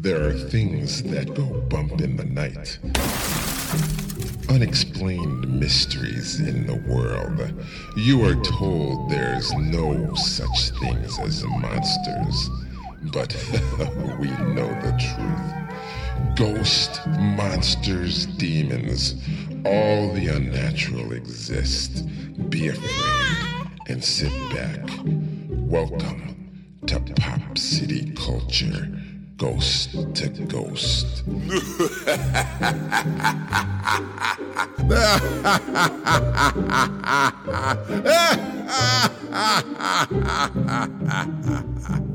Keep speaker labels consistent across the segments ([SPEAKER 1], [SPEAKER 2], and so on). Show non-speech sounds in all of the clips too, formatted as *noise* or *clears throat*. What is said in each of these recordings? [SPEAKER 1] There are things that go bump in the night. Unexplained mysteries in the world. You are told there's no such things as monsters, but *laughs* we know the truth. Ghosts, monsters, demons, all the unnatural exist. Be afraid and sit back. Welcome to Pop City Culture, Ghost to Ghost.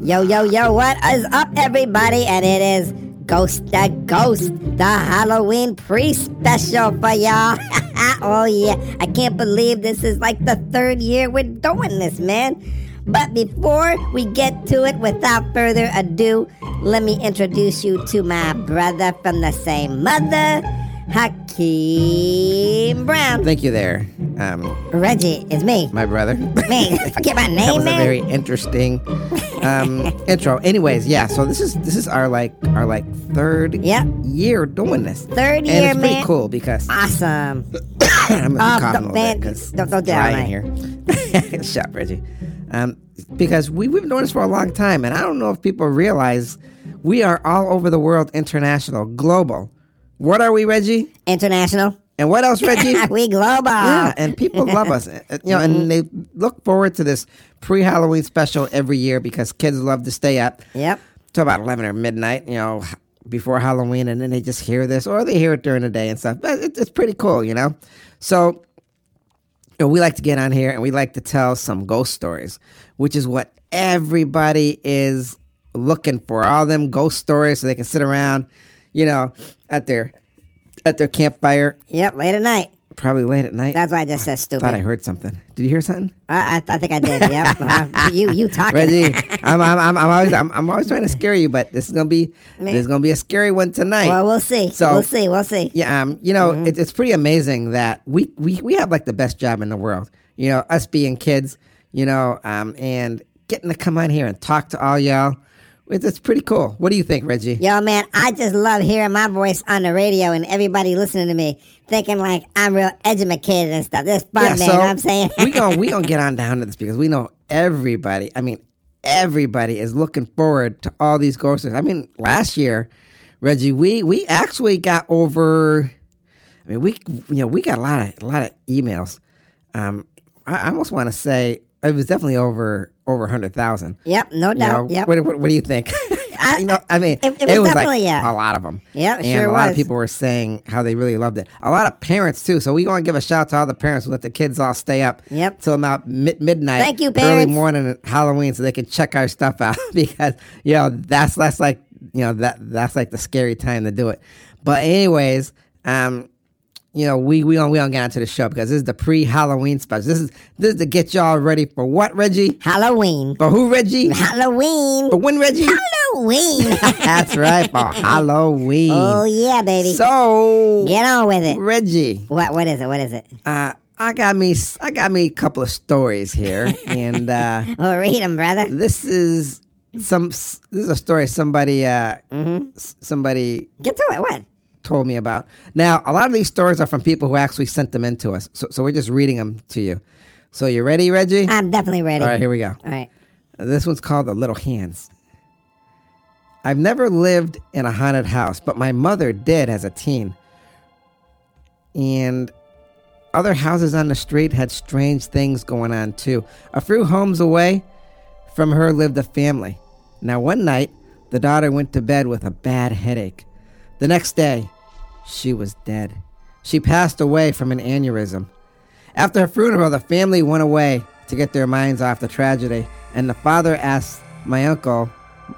[SPEAKER 2] Yo, yo, yo, what is up, everybody? And it is Ghost the Ghost, the Halloween pre special for y'all. *laughs* oh, yeah. I can't believe this is like the third year we're doing this, man. But before we get to it, without further ado, let me introduce you to my brother from the same mother, Hakeem Brown.
[SPEAKER 3] Thank you there. Um,
[SPEAKER 2] Reggie is me.
[SPEAKER 3] my brother. *laughs*
[SPEAKER 2] Man, *laughs* forget my name,
[SPEAKER 3] that was a
[SPEAKER 2] man.
[SPEAKER 3] very interesting
[SPEAKER 2] *laughs*
[SPEAKER 3] um, intro. Anyways, yeah. So this is this is our like our like third
[SPEAKER 2] Yep.
[SPEAKER 3] year doing this.
[SPEAKER 2] Third
[SPEAKER 3] and
[SPEAKER 2] year,
[SPEAKER 3] it's pretty
[SPEAKER 2] man.
[SPEAKER 3] cool because
[SPEAKER 2] Awesome.
[SPEAKER 3] *clears throat*
[SPEAKER 2] Oh,
[SPEAKER 3] I'm gonna be coughing a
[SPEAKER 2] don't-
[SPEAKER 3] little
[SPEAKER 2] man,
[SPEAKER 3] bit because
[SPEAKER 2] don't- don't do that,
[SPEAKER 3] dry in here. *laughs* Shut up, Reggie. Um, because we we've been doing this for a long time, and I don't know if people realize we are all over the world, international, global. What are we, Reggie?
[SPEAKER 2] International. *laughs*
[SPEAKER 3] And what else, Reggie?
[SPEAKER 2] we global.
[SPEAKER 3] Yeah, Ah, and people love us. Uh, You know, and they look forward to this pre-Halloween special every year because kids love to stay up
[SPEAKER 2] Yep.
[SPEAKER 3] till about eleven or midnight. You know, h- before Halloween, and then they just hear this or they hear it during the day and stuff. But it, it's pretty cool, you know. So and we like to get on here and we like to tell some ghost stories, which is what everybody is looking for. All them ghost stories, so they can sit around, you know, at their at their campfire,
[SPEAKER 2] Yep, late at night.
[SPEAKER 3] probably late at night.
[SPEAKER 2] That's why I just said stupid.
[SPEAKER 3] Thought I
[SPEAKER 2] I,
[SPEAKER 3] heard something. Did you hear something,
[SPEAKER 2] I, I think I did.
[SPEAKER 3] *laughs*
[SPEAKER 2] Yep. Uh, you you talking? *laughs*
[SPEAKER 3] Reggie? I'm, I'm, I'm, I'm always I'm, I'm always trying to scare you, but this is gonna be
[SPEAKER 2] Man.
[SPEAKER 3] this is gonna be a scary one tonight.
[SPEAKER 2] Well, Mm-hmm. we'll see.
[SPEAKER 3] So-
[SPEAKER 2] we'll see. We'll see.
[SPEAKER 3] yeah, um, you know, it, it's pretty amazing that we, we we have like the best job in the world. You know, us being kids, you know, um, and getting to come on here and talk to all y'all. It's, it's pretty cool. What do you think, Reggie?
[SPEAKER 2] Yo, man, I just love hearing my voice on the radio and everybody listening to me, thinking like I'm real educated and stuff. This fun, man. you know what I'm saying?
[SPEAKER 3] we gonna we gonna get on down to this because we know everybody. I mean, everybody is looking forward to all these ghost stories. I mean, last year, Reggie, we we actually got over. I mean, we you know we got a lot of a lot of emails. Um, I, I almost want to say it was definitely over over hundred thousand.
[SPEAKER 2] *laughs* yep, no
[SPEAKER 3] You know,
[SPEAKER 2] doubt. Yep.
[SPEAKER 3] what, what, what do you think? *laughs*
[SPEAKER 2] I-
[SPEAKER 3] you know, I mean,
[SPEAKER 2] it- it
[SPEAKER 3] it,
[SPEAKER 2] was
[SPEAKER 3] was, like
[SPEAKER 2] definitely, yeah.
[SPEAKER 3] a lot of them.
[SPEAKER 2] Yeah, it
[SPEAKER 3] and
[SPEAKER 2] sure
[SPEAKER 3] a lot
[SPEAKER 2] was.
[SPEAKER 3] of people were saying how they really loved it. A lot of parents too. So we going to give a shout out to all the parents who let the kids all stay up.
[SPEAKER 2] Yep.
[SPEAKER 3] Till about mid- midnight.
[SPEAKER 2] Thank you,
[SPEAKER 3] Early
[SPEAKER 2] parents.
[SPEAKER 3] morning at Halloween, so they can check our stuff out *laughs* because you know that's that's like you know that that's like the scary time to do it. But anyways, um, you know, we we don't we don't get onto the show because this is the pre Halloween special. This is this is to get y'all ready for what, Reggie?
[SPEAKER 2] Halloween.
[SPEAKER 3] For who,
[SPEAKER 2] *laughs*
[SPEAKER 3] Reggie?
[SPEAKER 2] Halloween.
[SPEAKER 3] For when, Reggie?
[SPEAKER 2] Halloween.
[SPEAKER 3] That's right, for Halloween.
[SPEAKER 2] oh yeah, baby.
[SPEAKER 3] so,
[SPEAKER 2] Get on with it.
[SPEAKER 3] Reggie,
[SPEAKER 2] What what is it? What is it?
[SPEAKER 3] uh, I got me, I got me a couple of stories here, and uh,
[SPEAKER 2] Oh, read 'em, brother.
[SPEAKER 3] this is some. This is a story somebody, uh, s- somebody
[SPEAKER 2] Get to it. What?
[SPEAKER 3] told me about. Now, a lot of these stories are from people who actually sent them in to us, so, so we're just reading them to you. So, you ready, Reggie?
[SPEAKER 2] I'm definitely ready.
[SPEAKER 3] All right, here we go.
[SPEAKER 2] All right.
[SPEAKER 3] This one's called The Little Hands. I've never lived in a haunted house, but my mother did as a teen. And other houses on the street had strange things going on too. A few homes away from her lived a family. Now, one night, the daughter went to bed with a bad headache. The next day, she was dead. She passed away from an aneurysm. After her funeral, the family went away to get their minds off the tragedy, and the father asked my uncle,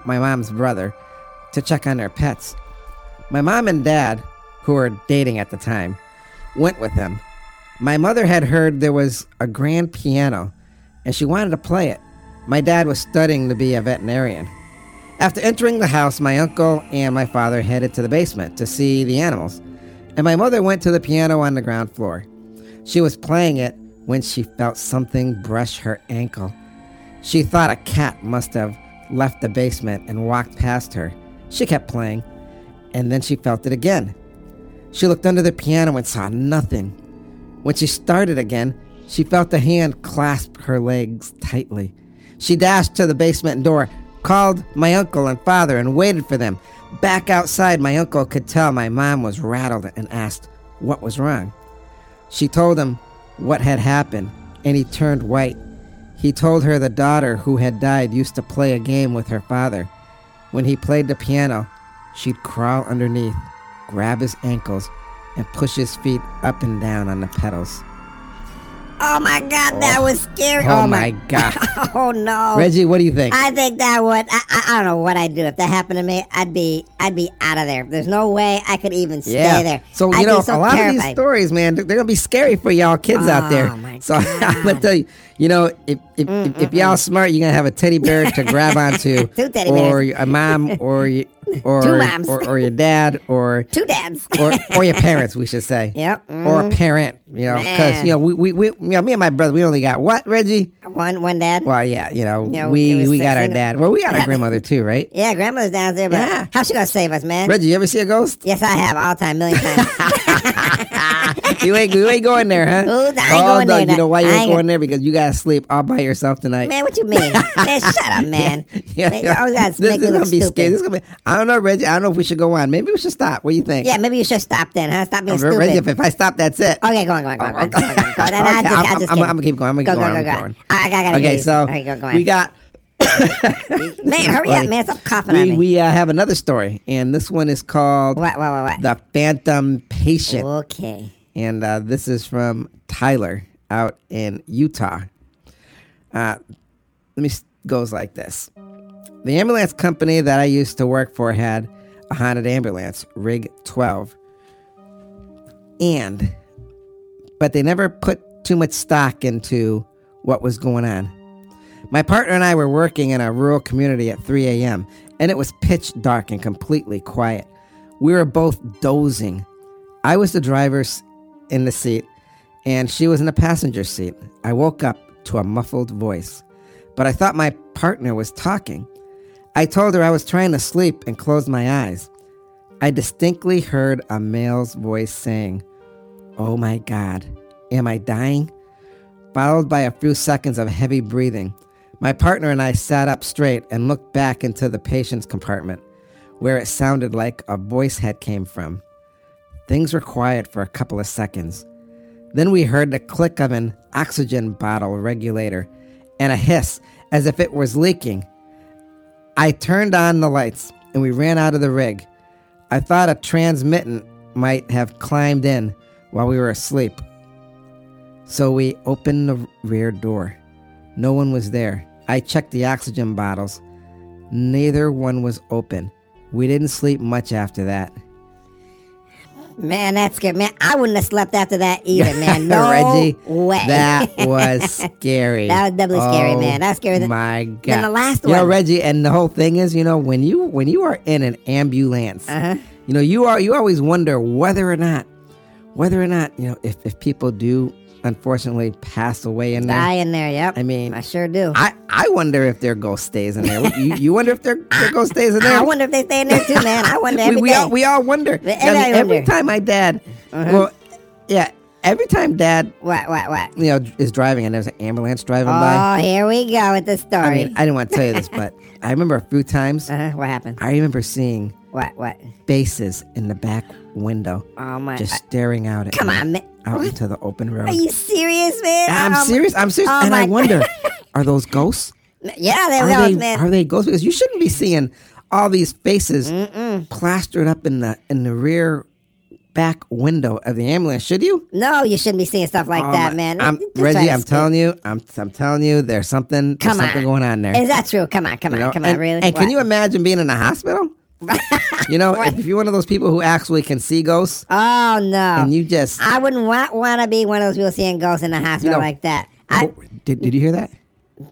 [SPEAKER 3] my mom's brother, to check on their pets. My mom and dad, who were dating at the time, went with him. My mother had heard there was a grand piano, and she wanted to play it. My dad was studying to be a veterinarian. After entering the house, my uncle and my father headed to the basement to see the animals, and my mother went to the piano on the ground floor. She was playing it when she felt something brush her ankle. She thought a cat must have left the basement and walked past her. She kept playing, and then she felt it again. She looked under the piano and saw nothing. When she started again, she felt a hand clasp her legs tightly. She dashed to the basement door, called my uncle and father, and waited for them. Back outside, my uncle could tell my mom was rattled and asked what was wrong. She told him what had happened, and he turned white. He told her the daughter who had died used to play a game with her father. When he played the piano, she'd crawl underneath, grab his ankles, and push his feet up and down on the pedals.
[SPEAKER 2] Oh my god, that was scary.
[SPEAKER 3] Oh, my *laughs* god.
[SPEAKER 2] *laughs* Oh no.
[SPEAKER 3] Reggie, what do you think?
[SPEAKER 2] I think that would. I, I, I don't know what I'd do if that happened to me. I'd be I'd be out of there. There's no way I could even stay there.
[SPEAKER 3] So you
[SPEAKER 2] I'd
[SPEAKER 3] know,
[SPEAKER 2] be so
[SPEAKER 3] a lot
[SPEAKER 2] terrified.
[SPEAKER 3] of these stories, man, they're, they're gonna be scary for y'all kids out there.
[SPEAKER 2] Oh, my
[SPEAKER 3] so *laughs* I'm gonna tell you, you know, if if, if, if y'all smart, you're gonna have a teddy bear to
[SPEAKER 2] *laughs*
[SPEAKER 3] grab onto,
[SPEAKER 2] Two teddy
[SPEAKER 3] or a mom, or you,
[SPEAKER 2] *laughs*
[SPEAKER 3] or,
[SPEAKER 2] Two moms.
[SPEAKER 3] or or your dad,
[SPEAKER 2] *laughs*
[SPEAKER 3] or
[SPEAKER 2] Two dads.
[SPEAKER 3] or, or your parents, we should say.
[SPEAKER 2] Yep. mm-hmm.
[SPEAKER 3] Or a parent, you know, because
[SPEAKER 2] Man.
[SPEAKER 3] you know we, we, we you know, me and my brother we only got what Reggie?
[SPEAKER 2] one one dad.
[SPEAKER 3] Well, yeah, you know
[SPEAKER 2] Yeah, it
[SPEAKER 3] we
[SPEAKER 2] was
[SPEAKER 3] we got our
[SPEAKER 2] 16.
[SPEAKER 3] dad. Well, we got
[SPEAKER 2] *laughs*
[SPEAKER 3] our grandmother too, right?
[SPEAKER 2] Yeah, grandma's down there, but
[SPEAKER 3] Yeah.
[SPEAKER 2] how's she gonna save us, man?
[SPEAKER 3] Reggie, you ever see a ghost?
[SPEAKER 2] yes, I have all time, million times.
[SPEAKER 3] *laughs* you ain't you ain't going there, huh?
[SPEAKER 2] Ooh, I ain't
[SPEAKER 3] oh,
[SPEAKER 2] going
[SPEAKER 3] no,
[SPEAKER 2] there.
[SPEAKER 3] You know why
[SPEAKER 2] I
[SPEAKER 3] you ain't
[SPEAKER 2] ain't-
[SPEAKER 3] going there because you gotta sleep all by yourself tonight. *laughs*
[SPEAKER 2] man, what you mean? man, shut up, man. Man, you always gotta
[SPEAKER 3] this
[SPEAKER 2] make me
[SPEAKER 3] is
[SPEAKER 2] look
[SPEAKER 3] gonna be
[SPEAKER 2] stupid.
[SPEAKER 3] scary. This is gonna be. I don't know, Reggie. I don't know if we should go on. Maybe we should stop. What do you think?
[SPEAKER 2] Yeah, maybe you should stop then, huh? Stop being
[SPEAKER 3] Re- Reggie, if,
[SPEAKER 2] stupid. Oh,
[SPEAKER 3] if I stop, that's it.
[SPEAKER 2] Okay, go on, go on, go on. Go on, go on, go on. Go on. No, no,
[SPEAKER 3] Okay,
[SPEAKER 2] I'm, just, I'm
[SPEAKER 3] I'm-
[SPEAKER 2] just
[SPEAKER 3] I'm-
[SPEAKER 2] kidding.
[SPEAKER 3] I'm gonna keep going. I'm gonna
[SPEAKER 2] go,
[SPEAKER 3] keep
[SPEAKER 2] go,
[SPEAKER 3] going.
[SPEAKER 2] Go, go,
[SPEAKER 3] I'm going.
[SPEAKER 2] I, I gotta
[SPEAKER 3] Okay,
[SPEAKER 2] leave.
[SPEAKER 3] so
[SPEAKER 2] okay, go, go on.
[SPEAKER 3] we got
[SPEAKER 2] man, hurry
[SPEAKER 3] funny.
[SPEAKER 2] up, man. Stop coughing on
[SPEAKER 3] we
[SPEAKER 2] me.
[SPEAKER 3] we uh, have another story, and this one is called
[SPEAKER 2] what, what, what, what?
[SPEAKER 3] the Phantom Patient.
[SPEAKER 2] Okay.
[SPEAKER 3] and uh, this is from Tyler out in Utah. Uh, let me s- goes like this: the ambulance company that I used to work for had a haunted ambulance, Rig Twelve, and but they never put too much stock into what was going on. My partner and I were working in a rural community at 3 a.m., and it was pitch dark and completely quiet. We were both dozing. I was the driver s- in the seat, and she was in the passenger seat. I woke up to a muffled voice, but I thought my partner was talking. I told her I was trying to sleep and closed my eyes. I distinctly heard a male's voice saying, Oh my God, am I dying? followed by a few seconds of heavy breathing. My partner and I sat up straight and looked back into the patient's compartment, where it sounded like a voice had came from. Things were quiet for a couple of seconds. Then we heard the click of an oxygen bottle regulator and a hiss as if it was leaking. I turned on the lights and we ran out of the rig. I thought a transmittent might have climbed in while we were asleep. So we opened the rear door. No one was there. I checked the oxygen bottles. Neither one was open. We didn't sleep much after that. *laughs*
[SPEAKER 2] Man, that's good. Man, I wouldn't have slept after that
[SPEAKER 3] *laughs*
[SPEAKER 2] either, man. No
[SPEAKER 3] Reggie,
[SPEAKER 2] way.
[SPEAKER 3] that was
[SPEAKER 2] *laughs*
[SPEAKER 3] scary.
[SPEAKER 2] That was doubly scary,
[SPEAKER 3] Oh,
[SPEAKER 2] man. That was scarier than-
[SPEAKER 3] my God.
[SPEAKER 2] than the last
[SPEAKER 3] You know,
[SPEAKER 2] one.
[SPEAKER 3] Reggie, and the whole thing is, you know, when you when you are in an ambulance,
[SPEAKER 2] Uh-huh.
[SPEAKER 3] you know, you are you always wonder whether or not, whether or not, you know, if if people do unfortunately pass away in there.
[SPEAKER 2] Die in there, yep.
[SPEAKER 3] I mean,
[SPEAKER 2] I sure do. I,
[SPEAKER 3] I, I wonder if their ghost stays in there. you, you wonder if their, their ghost
[SPEAKER 2] *laughs*
[SPEAKER 3] stays in there.
[SPEAKER 2] wonder if they stay in there too, man.
[SPEAKER 3] *laughs*
[SPEAKER 2] I wonder
[SPEAKER 3] we,
[SPEAKER 2] every
[SPEAKER 3] we
[SPEAKER 2] day.
[SPEAKER 3] all we all wonder.
[SPEAKER 2] Every-
[SPEAKER 3] I mean,
[SPEAKER 2] I
[SPEAKER 3] every
[SPEAKER 2] wonder. Uh-huh.
[SPEAKER 3] time my dad, well, yeah, every time dad,
[SPEAKER 2] what, what,
[SPEAKER 3] *laughs*
[SPEAKER 2] what?
[SPEAKER 3] you know, is driving and there's an ambulance driving by.
[SPEAKER 2] Oh, here we go with the story.
[SPEAKER 3] I mean, I didn't want to tell you this, but
[SPEAKER 2] *laughs*
[SPEAKER 3] I remember a few times.
[SPEAKER 2] uh-huh. What happened?
[SPEAKER 3] I remember seeing
[SPEAKER 2] What, what?
[SPEAKER 3] faces in the back window,
[SPEAKER 2] Oh, my.
[SPEAKER 3] just staring out at
[SPEAKER 2] Come
[SPEAKER 3] me,
[SPEAKER 2] on, man.
[SPEAKER 3] out into the open road.
[SPEAKER 2] Are you serious, man?
[SPEAKER 3] I'm
[SPEAKER 2] Oh, my-
[SPEAKER 3] serious. Um, I'm serious,
[SPEAKER 2] oh
[SPEAKER 3] and I
[SPEAKER 2] my- *laughs*
[SPEAKER 3] wonder, are those ghosts?
[SPEAKER 2] Yeah, there
[SPEAKER 3] are
[SPEAKER 2] goes,
[SPEAKER 3] they
[SPEAKER 2] man.
[SPEAKER 3] are they ghosts? Because you shouldn't be seeing all these faces plastered up in the in the rear back window of the ambulance, should you?
[SPEAKER 2] no, you shouldn't be seeing stuff like
[SPEAKER 3] Oh,
[SPEAKER 2] that,
[SPEAKER 3] my-
[SPEAKER 2] man.
[SPEAKER 3] I'm,
[SPEAKER 2] Just try
[SPEAKER 3] Reggie,
[SPEAKER 2] to
[SPEAKER 3] I'm
[SPEAKER 2] speak.
[SPEAKER 3] telling you, I'm I'm telling you, there's something there's
[SPEAKER 2] Come
[SPEAKER 3] something
[SPEAKER 2] on.
[SPEAKER 3] going on there.
[SPEAKER 2] Is that true? Come on, come on,
[SPEAKER 3] you know?
[SPEAKER 2] come on,
[SPEAKER 3] and,
[SPEAKER 2] really?
[SPEAKER 3] and can
[SPEAKER 2] What?
[SPEAKER 3] you imagine being in a
[SPEAKER 2] *laughs*
[SPEAKER 3] hospital? you know, if, if you're one of those people who actually can see ghosts
[SPEAKER 2] Oh, no.
[SPEAKER 3] and you just
[SPEAKER 2] I wouldn't want want to be one of those people seeing ghosts in the hospital
[SPEAKER 3] know-
[SPEAKER 2] like that. I,
[SPEAKER 3] Oh, did, did you hear that?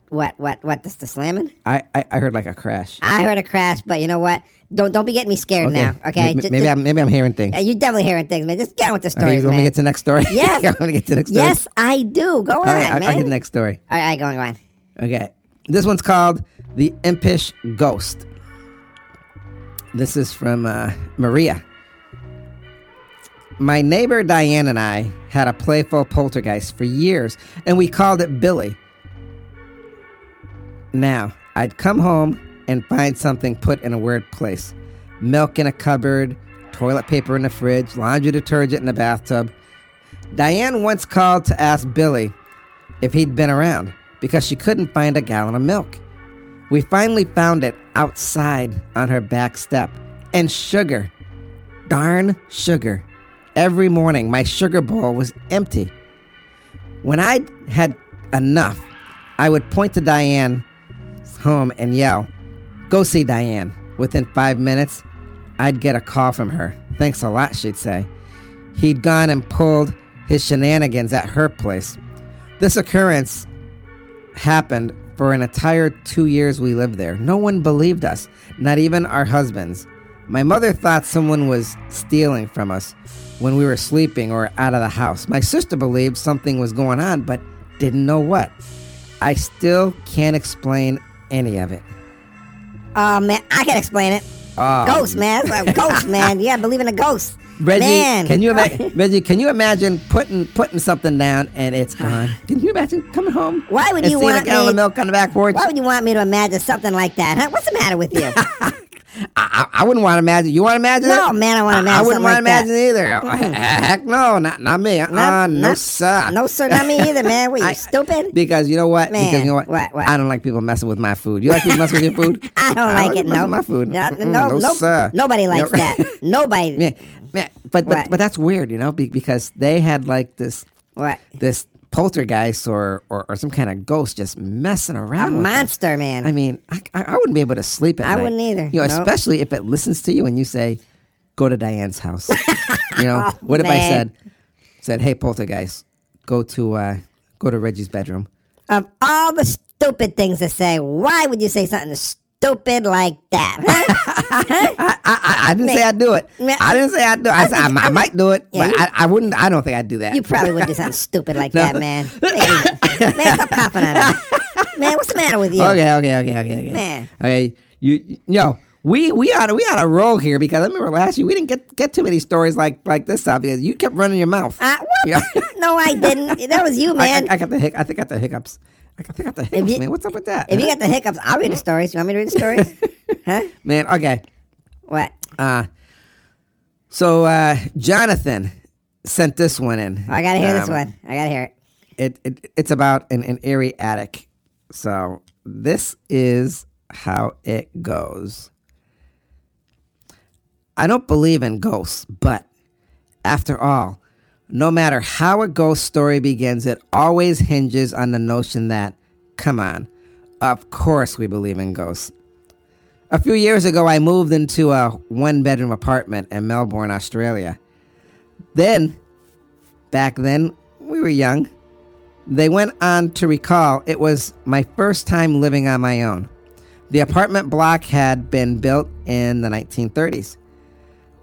[SPEAKER 2] what what what? This the slamming?
[SPEAKER 3] I, I, I heard like a crash.
[SPEAKER 2] I heard a crash, but you know what? Don't don't be getting me scared now. Okay,
[SPEAKER 3] M-
[SPEAKER 2] Ju-
[SPEAKER 3] maybe
[SPEAKER 2] ju-
[SPEAKER 3] I'm maybe I'm hearing things.
[SPEAKER 2] uh, you definitely hearing things, man. Just get on with the
[SPEAKER 3] Okay,
[SPEAKER 2] story,
[SPEAKER 3] you want me to
[SPEAKER 2] man.
[SPEAKER 3] get to the next story? *laughs*
[SPEAKER 2] Yes.
[SPEAKER 3] you want me to get to the next story?
[SPEAKER 2] yes, I do. Go on,
[SPEAKER 3] All right, I-
[SPEAKER 2] man.
[SPEAKER 3] I'll get the next story.
[SPEAKER 2] All right, go on, go on.
[SPEAKER 3] Okay. This one's called The Impish Ghost. This is from uh, Maria. My neighbor Diane and I had a playful poltergeist for years, and we called it Billy. Now, I'd come home and find something put in a weird place milk in a cupboard, toilet paper in the fridge, laundry detergent in the bathtub. Diane once called to ask Billy if he'd been around because she couldn't find a gallon of milk. We finally found it outside on her back step. And sugar. Darn sugar. Every morning, my sugar bowl was empty. When I had enough, I would point to Diane's home and yell, Go see Diane. Within five minutes, I'd get a call from her. Thanks a lot, she'd say. He'd gone and pulled his shenanigans at her place. This occurrence happened for an entire two years we lived there. No one believed us, not even our husbands. My mother thought someone was stealing from us when we were sleeping or out of the house. My sister believed something was going on, but didn't know what. I still can't explain any of it.
[SPEAKER 2] Oh man, I can explain it.
[SPEAKER 3] Oh,
[SPEAKER 2] Ghost, man. That's a ghost, man. Yeah, I believe in a ghost.
[SPEAKER 3] Reggie,
[SPEAKER 2] man.
[SPEAKER 3] can
[SPEAKER 2] *laughs*
[SPEAKER 3] you ima- Reggie? Can you imagine putting putting something down and it's gone? Can you imagine coming home?
[SPEAKER 2] Why would
[SPEAKER 3] and
[SPEAKER 2] you
[SPEAKER 3] seeing
[SPEAKER 2] want
[SPEAKER 3] a gallon of
[SPEAKER 2] me-
[SPEAKER 3] milk on the back porch?
[SPEAKER 2] Why would you want me to imagine something like that? Huh? What's the matter with
[SPEAKER 3] *laughs*
[SPEAKER 2] you?
[SPEAKER 3] Ah, I, I I wouldn't want to imagine. You want to imagine?
[SPEAKER 2] No,
[SPEAKER 3] it?
[SPEAKER 2] man, I wanna
[SPEAKER 3] I
[SPEAKER 2] imagine something
[SPEAKER 3] wouldn't want to
[SPEAKER 2] like Mm-hmm.
[SPEAKER 3] imagine either. Heck no, not not me. Uh,
[SPEAKER 2] Not-
[SPEAKER 3] no
[SPEAKER 2] not-
[SPEAKER 3] sir.
[SPEAKER 2] no, sir, not me either, man. What, you
[SPEAKER 3] *laughs* I-
[SPEAKER 2] stupid?
[SPEAKER 3] Because you know what?
[SPEAKER 2] Man,
[SPEAKER 3] because you know what?
[SPEAKER 2] what, what?
[SPEAKER 3] I don't like people messing with my food. You like people messing with your food?
[SPEAKER 2] *laughs* I don't like it.
[SPEAKER 3] people messing
[SPEAKER 2] No,
[SPEAKER 3] with my food.
[SPEAKER 2] No,
[SPEAKER 3] Mm-mm,
[SPEAKER 2] no,
[SPEAKER 3] no,
[SPEAKER 2] no-
[SPEAKER 3] sir.
[SPEAKER 2] Nobody likes
[SPEAKER 3] No. *laughs*
[SPEAKER 2] that. Nobody.
[SPEAKER 3] Yeah, yeah, but but,
[SPEAKER 2] What?
[SPEAKER 3] but that's weird, you know, be- because they had like this
[SPEAKER 2] What?
[SPEAKER 3] this poltergeist or or, or some kind of ghost just messing
[SPEAKER 2] A
[SPEAKER 3] around. with them.
[SPEAKER 2] monster, man.
[SPEAKER 3] I mean, I, I I wouldn't be able to sleep at
[SPEAKER 2] I
[SPEAKER 3] night.
[SPEAKER 2] wouldn't either.
[SPEAKER 3] You know,
[SPEAKER 2] Nope.
[SPEAKER 3] especially if it listens to you and you say, "Go to Diane's
[SPEAKER 2] *laughs*
[SPEAKER 3] house." you know,
[SPEAKER 2] Oh,
[SPEAKER 3] what if I
[SPEAKER 2] man.
[SPEAKER 3] said said, "Hey, poltergeist, go to uh, go to Reggie's bedroom."
[SPEAKER 2] of all the stupid things to say, why would you say something stupid like that?
[SPEAKER 3] *laughs*
[SPEAKER 2] huh? Huh?
[SPEAKER 3] I, I, I didn't say I'd do it.
[SPEAKER 2] Man.
[SPEAKER 3] I didn't say I'd do it. I, said I, mi- I might do it,
[SPEAKER 2] Yeah,
[SPEAKER 3] but
[SPEAKER 2] you-
[SPEAKER 3] I, I wouldn't. I don't think I'd do that.
[SPEAKER 2] you probably would do something stupid like that, man. Man, man, stop popping on us. Man, what's the matter with you?
[SPEAKER 3] *laughs* Okay, okay, okay, okay, okay.
[SPEAKER 2] Man.
[SPEAKER 3] Okay, you, you know, we we ought to, we ought to roll here because I remember last year we didn't get get too many stories like like this out because you kept running your mouth.
[SPEAKER 2] Uh, what?
[SPEAKER 3] Yeah.
[SPEAKER 2] No, I didn't. That was you,
[SPEAKER 3] I- *laughs* I,
[SPEAKER 2] man.
[SPEAKER 3] I, got the hic. I think I got the hiccups. I got- I think I got the hiccups,
[SPEAKER 2] you-
[SPEAKER 3] man. What's up with that?
[SPEAKER 2] if you got the hiccups, I'll read the stories. You want me to read the
[SPEAKER 3] *laughs*
[SPEAKER 2] stories? huh?
[SPEAKER 3] man, okay.
[SPEAKER 2] What? Oh,
[SPEAKER 3] Uh, so uh, Jonathan sent this one in.
[SPEAKER 2] I gotta hear this
[SPEAKER 3] Um,
[SPEAKER 2] one. I gotta hear it.
[SPEAKER 3] It, it it's about an, an airy attic. So this is how it goes. I don't believe in ghosts, but after all, no matter how a ghost story begins, it always hinges on the notion that, come on, of course we believe in ghosts. A few years ago, I moved into a one bedroom apartment in Melbourne, Australia. Then, back then, we were young. They went on to recall it was my first time living on my own. The apartment block had been built in the 1930s.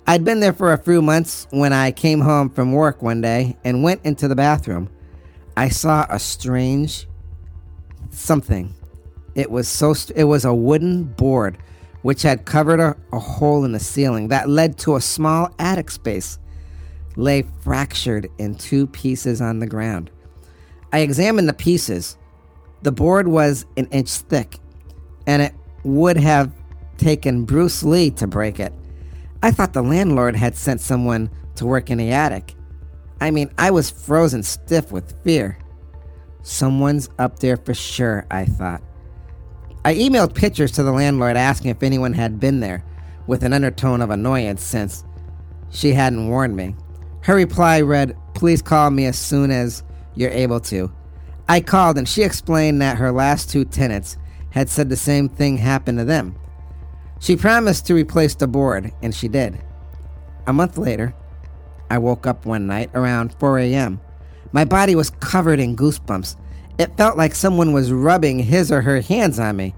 [SPEAKER 3] I'd been there for a few months when I came home from work one day and went into the bathroom. I saw a strange something. It was so st- it was a wooden board which had covered a, a hole in the ceiling that led to a small attic space lay fractured in two pieces on the ground. I examined the pieces. The board was an inch thick, and it would have taken Bruce Lee to break it. I thought the landlord had sent someone to work in the attic. I mean, I was frozen stiff with fear. Someone's up there for sure, I thought. I emailed pictures to the landlord asking if anyone had been there, with an undertone of annoyance since she hadn't warned me. Her reply read, Please call me as soon as you're able to. I called and she explained that her last two tenants had said the same thing happened to them. She promised to replace the board, and she did. A month later, I woke up one night around 4 a.m. My body was covered in goosebumps. It felt like someone was rubbing his or her hands on me.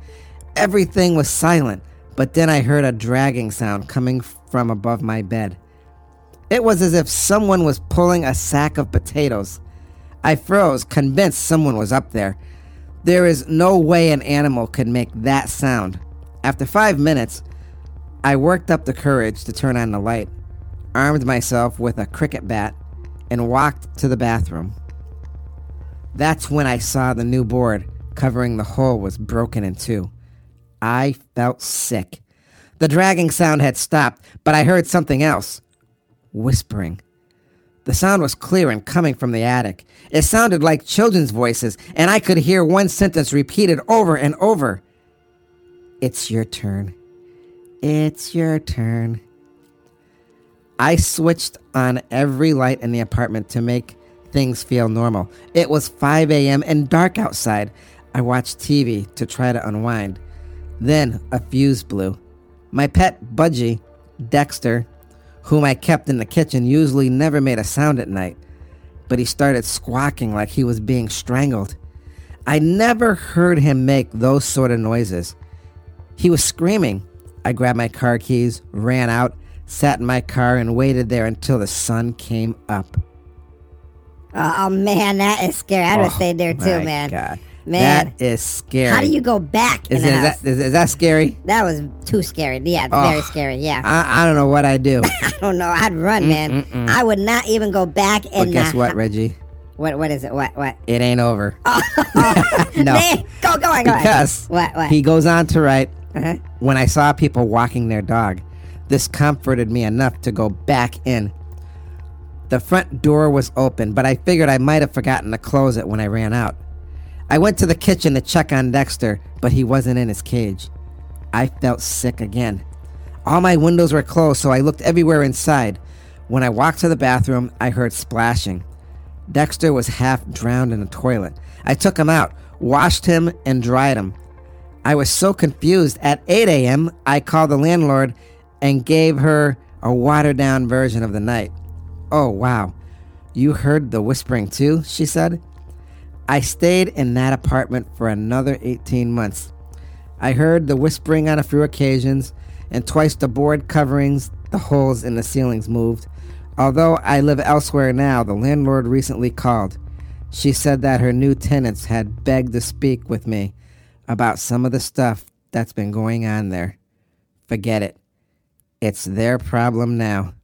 [SPEAKER 3] Everything was silent, but then I heard a dragging sound coming from above my bed. It was as if someone was pulling a sack of potatoes. I froze, convinced someone was up there. There is no way an animal could make that sound. After five minutes, I worked up the courage to turn on the light, armed myself with a cricket bat, and walked to the bathroom. That's when I saw the new board covering the hole was broken in two. I felt sick. The dragging sound had stopped, but I heard something else whispering. The sound was clear and coming from the attic. It sounded like children's voices, and I could hear one sentence repeated over and over It's your turn. It's your turn. I switched on every light in the apartment to make things feel normal. It was 5 a.m. and dark outside. I watched TV to try to unwind. Then a fuse blew. My pet budgie, Dexter, whom I kept in the kitchen, usually never made a sound at night, but he started squawking like he was being strangled. I never heard him make those sort of noises. He was screaming. I grabbed my car keys, ran out, sat in my car, and waited there until the sun came up.
[SPEAKER 2] Oh man, that is scary. I would have stayed there too,
[SPEAKER 3] Oh, My
[SPEAKER 2] man.
[SPEAKER 3] God.
[SPEAKER 2] Man,
[SPEAKER 3] that is scary.
[SPEAKER 2] how do you go back in
[SPEAKER 3] Is,
[SPEAKER 2] the
[SPEAKER 3] is
[SPEAKER 2] house?
[SPEAKER 3] that, Oh. is, is that scary?
[SPEAKER 2] That was too scary. Yeah, very scary. Yeah.
[SPEAKER 3] I, I don't know what I
[SPEAKER 2] *laughs*
[SPEAKER 3] do.
[SPEAKER 2] I don't know. I'd
[SPEAKER 3] Mm,
[SPEAKER 2] run, man. I would not even go back in
[SPEAKER 3] but guess
[SPEAKER 2] the
[SPEAKER 3] what,
[SPEAKER 2] hou-
[SPEAKER 3] Reggie?
[SPEAKER 2] What what is it? What what?
[SPEAKER 3] It ain't over.
[SPEAKER 2] Oh.
[SPEAKER 3] *laughs*
[SPEAKER 2] *laughs*
[SPEAKER 3] no.
[SPEAKER 2] Man, go go on, go
[SPEAKER 3] Because
[SPEAKER 2] on. What what?
[SPEAKER 3] he goes on to write,
[SPEAKER 2] uh-huh.
[SPEAKER 3] when I saw people walking their dog, this comforted me enough to go back in. The front door was open, but I figured I might have forgotten to close it when I ran out. I went to the kitchen to check on Dexter, but he wasn't in his cage. I felt sick again. All my windows were closed, so I looked everywhere inside. When I walked to the bathroom, I heard splashing. Dexter was half drowned in the toilet. I took him out, washed him, and dried him. I was so confused. At 8 a.m., I called the landlord and gave her a watered down version of the night. Oh, wow. You heard the whispering too, she said. I stayed in that apartment for another 18 months. I heard the whispering on a few occasions, and twice the board coverings, the holes in the ceilings moved. Although I live elsewhere now, the landlord recently called. She said that her new tenants had begged to speak with me about some of the stuff that's been going on there. Forget it. It's their problem now.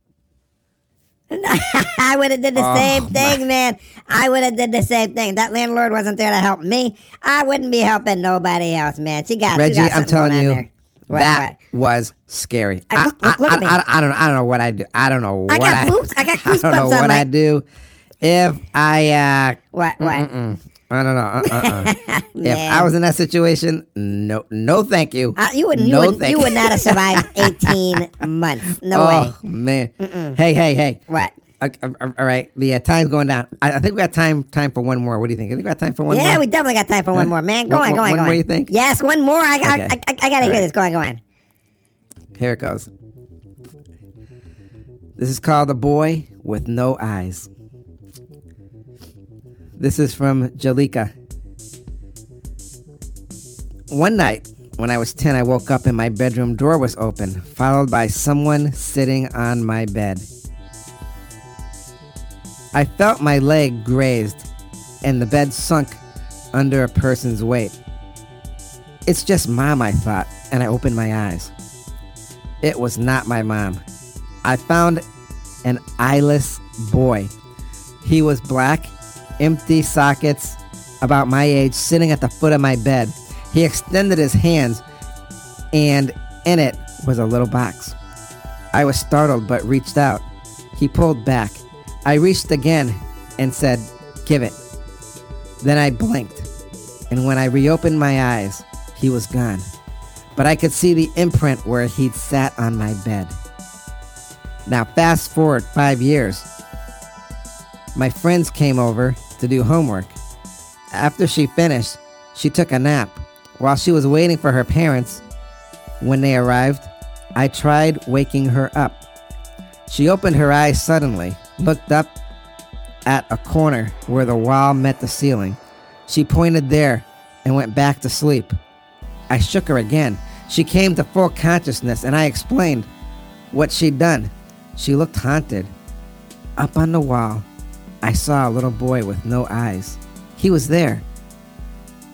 [SPEAKER 2] I would have did
[SPEAKER 3] Oh
[SPEAKER 2] the same thing, man. I would have did the same thing. That landlord wasn't there to help me. I wouldn't be helping nobody else, man. She got
[SPEAKER 3] Reggie,
[SPEAKER 2] She got
[SPEAKER 3] I'm
[SPEAKER 2] something going
[SPEAKER 3] telling
[SPEAKER 2] on
[SPEAKER 3] you,
[SPEAKER 2] there. What,
[SPEAKER 3] that was scary.
[SPEAKER 2] I- look- look- look
[SPEAKER 3] I,
[SPEAKER 2] at me.
[SPEAKER 3] I- I don't. I don't know what I do. I don't know
[SPEAKER 2] I
[SPEAKER 3] what
[SPEAKER 2] got boots- I got
[SPEAKER 3] don't know
[SPEAKER 2] goosebumps on
[SPEAKER 3] what
[SPEAKER 2] my-
[SPEAKER 3] *laughs* I do. If I, uh,
[SPEAKER 2] what? What? What?
[SPEAKER 3] I don't know. Uh,
[SPEAKER 2] *laughs*
[SPEAKER 3] uh, uh. if
[SPEAKER 2] Man.
[SPEAKER 3] I was in that situation, no, no, thank you.
[SPEAKER 2] Uh, you would. You
[SPEAKER 3] no,
[SPEAKER 2] would.
[SPEAKER 3] thank
[SPEAKER 2] You would not have survived
[SPEAKER 3] *laughs*
[SPEAKER 2] 18 months. No way.
[SPEAKER 3] Oh man. Hey, hey, hey.
[SPEAKER 2] What?
[SPEAKER 3] Uh, uh, uh, All right, the uh, time's going down. I, I think we got time time for one more. What do you think? I think we got time for one
[SPEAKER 2] yeah,
[SPEAKER 3] more.
[SPEAKER 2] we definitely got time for one more, man. Go
[SPEAKER 3] One-
[SPEAKER 2] on, go on,
[SPEAKER 3] one- one
[SPEAKER 2] go on.
[SPEAKER 3] more, you think?
[SPEAKER 2] Yes, one more. I, got. I,
[SPEAKER 3] Okay.
[SPEAKER 2] I, I gotta hear this. Go on, go on.
[SPEAKER 3] Here it goes. This is called The Boy with No Eyes. This is from Jalika. One night, when I was 10, I woke up and my bedroom door was open, followed by someone sitting on my bed. I felt my leg grazed and the bed sunk under a person's weight. It's just mom, I thought, and I opened my eyes. It was not my mom. I found an eyeless boy. He was black, empty sockets, about my age, sitting at the foot of my bed. He extended his hands, and in it was a little box. I was startled but reached out. He pulled back. I reached again and said, Give it. Then I blinked, and when I reopened my eyes, he was gone but I could see the imprint where he'd sat on my bed. Now, fast forward five years. My friends came over to do homework. After she finished, she took a nap. While she was waiting for her parents, when they arrived, I tried waking her up. She opened her eyes suddenly, looked up at a corner where the wall met the ceiling. She pointed there and went back to sleep. I shook her again. She came to full consciousness and I explained what she'd done. She looked haunted. Up on the wall, I saw a little boy with no eyes. He was there.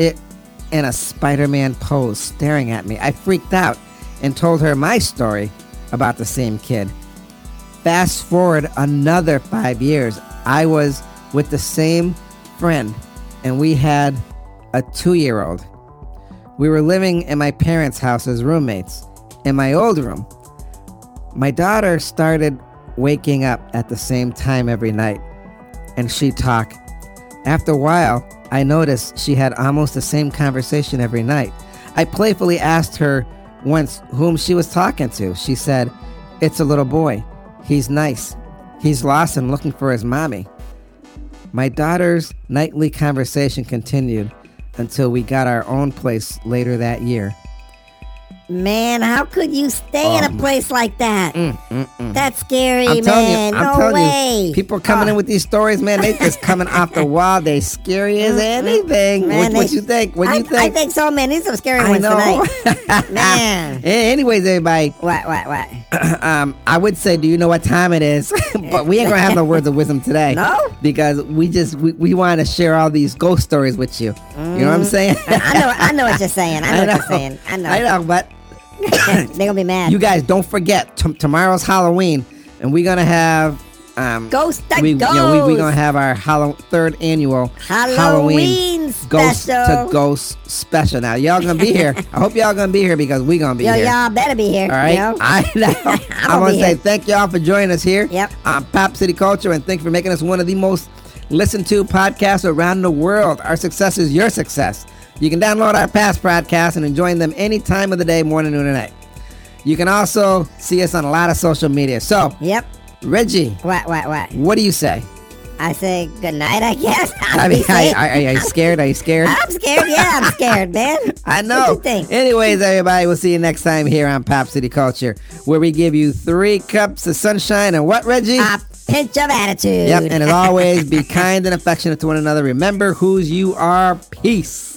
[SPEAKER 3] It in a Spider Man pose staring at me. I freaked out and told her my story about the same kid. Fast forward another five years, I was with the same friend and we had a two year old. We were living in my parents' house as roommates in my old room. My daughter started waking up at the same time every night and she'd talk. After a while, I noticed she had almost the same conversation every night. I playfully asked her once whom she was talking to. She said, It's a little boy. He's nice. He's lost and looking for his mommy. My daughter's nightly conversation continued until we got our own place later that year.
[SPEAKER 2] Man, how could you stay in a place like that? That's scary,
[SPEAKER 3] Oh I'm telling you,
[SPEAKER 2] man.
[SPEAKER 3] I'm
[SPEAKER 2] no
[SPEAKER 3] telling
[SPEAKER 2] way.
[SPEAKER 3] you, people coming in with these stories, man, they just coming off the wall. They scary as anything.
[SPEAKER 2] Mm-hmm. Man,
[SPEAKER 3] what, what
[SPEAKER 2] they-
[SPEAKER 3] you think? What do
[SPEAKER 2] I,
[SPEAKER 3] you think?
[SPEAKER 2] I think so, man. These are some scary
[SPEAKER 3] I
[SPEAKER 2] ones
[SPEAKER 3] know.
[SPEAKER 2] tonight.
[SPEAKER 3] *laughs*
[SPEAKER 2] Man.
[SPEAKER 3] A- Anyways, everybody, *clears throat*
[SPEAKER 2] What, what, what?
[SPEAKER 3] um, I would say, do you know what time it is? *laughs* but we ain't
[SPEAKER 2] *laughs*
[SPEAKER 3] gonna have no words of wisdom today.
[SPEAKER 2] No?
[SPEAKER 3] because we just we, we want to share all these ghost stories with you. You know what I'm saying?
[SPEAKER 2] Mm-hmm. *laughs* I know, I know what you're saying. I know,
[SPEAKER 3] *laughs*
[SPEAKER 2] what
[SPEAKER 3] I
[SPEAKER 2] you're saying. I know.
[SPEAKER 3] I know, but
[SPEAKER 2] They're gonna be mad.
[SPEAKER 3] you guys don't forget t- tomorrow's Halloween, and we're gonna have um,
[SPEAKER 2] Ghost that
[SPEAKER 3] we, you know, we, we
[SPEAKER 2] goes.
[SPEAKER 3] gonna have our Hallow- third annual
[SPEAKER 2] Halloween
[SPEAKER 3] Ghost to
[SPEAKER 2] special.
[SPEAKER 3] Ghost special. Now y'all gonna
[SPEAKER 2] *laughs*
[SPEAKER 3] be here. I hope y'all gonna be here because we gonna be
[SPEAKER 2] Yo,
[SPEAKER 3] here.
[SPEAKER 2] y'all better be here.
[SPEAKER 3] All right.
[SPEAKER 2] Yo.
[SPEAKER 3] *laughs* I
[SPEAKER 2] *laughs*
[SPEAKER 3] know. I
[SPEAKER 2] I'll
[SPEAKER 3] want
[SPEAKER 2] be
[SPEAKER 3] to say
[SPEAKER 2] here.
[SPEAKER 3] thank y'all for joining us here
[SPEAKER 2] Yep.
[SPEAKER 3] on Pop City Culture, and thank you for making us one of the most listened to podcasts around the world. Our success is your success. You can download our past podcasts and enjoy them any time of the day, morning, noon, and night. You can also see us on a lot of social media. So,
[SPEAKER 2] Yep.
[SPEAKER 3] Reggie,
[SPEAKER 2] What, what, what?
[SPEAKER 3] what do you say?
[SPEAKER 2] I say good night, I guess. *laughs*
[SPEAKER 3] I
[SPEAKER 2] I'll be
[SPEAKER 3] mean, are,
[SPEAKER 2] safe.
[SPEAKER 3] are, are you scared? Are
[SPEAKER 2] *laughs*
[SPEAKER 3] you scared?
[SPEAKER 2] I'm scared. Yeah, I'm scared, man.
[SPEAKER 3] *laughs* I know.
[SPEAKER 2] What you think?
[SPEAKER 3] Anyways, everybody, we'll see you next time here on Pop City Culture, where we give you three cups of sunshine and what, Reggie?
[SPEAKER 2] A pinch of attitude.
[SPEAKER 3] Yep, and as always, be kind and affectionate to one another. Remember whose you are. Peace.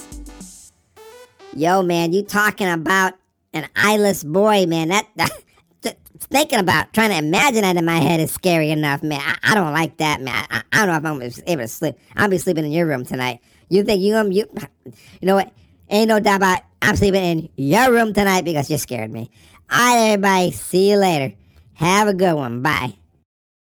[SPEAKER 2] Yo, man, you talking about an eyeless boy, man? That, that th- thinking about trying to imagine that in my head is scary enough, man. I, I don't like that, man. I, I don't know if I'm gonna be able to sleep. I'll be sleeping in your room tonight. You think you um you, you know what? Ain't no doubt about. it. I'm sleeping in your room tonight because you scared me. All right, everybody. See you later. Have a good one. Bye.